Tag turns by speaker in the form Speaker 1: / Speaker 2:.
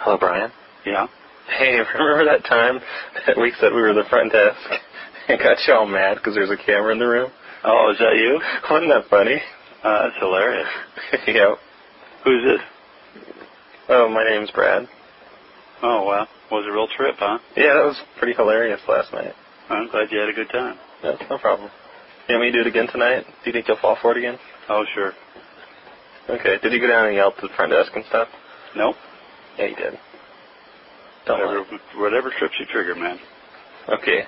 Speaker 1: Hello, Brian.
Speaker 2: Yeah.
Speaker 1: Hey, remember that time that we said we were the front desk and got you all mad because there's a camera in the room?
Speaker 2: Oh, is that you?
Speaker 1: Wasn't that funny?
Speaker 2: Uh, that's hilarious.
Speaker 1: yep.
Speaker 2: Who's this?
Speaker 1: Oh, my name's Brad.
Speaker 2: Oh, wow. Was a real trip, huh?
Speaker 1: Yeah, that was pretty hilarious last night.
Speaker 2: I'm glad you had a good time.
Speaker 1: No, no problem. You want me to do it again tonight? Do you think you'll fall for it again?
Speaker 2: Oh, sure.
Speaker 1: Okay. Did you go down and yell to the front desk and stuff?
Speaker 2: Nope.
Speaker 1: Yeah, you did. Don't
Speaker 2: Whatever,
Speaker 1: worry.
Speaker 2: whatever trips you trigger, man.
Speaker 1: Okay.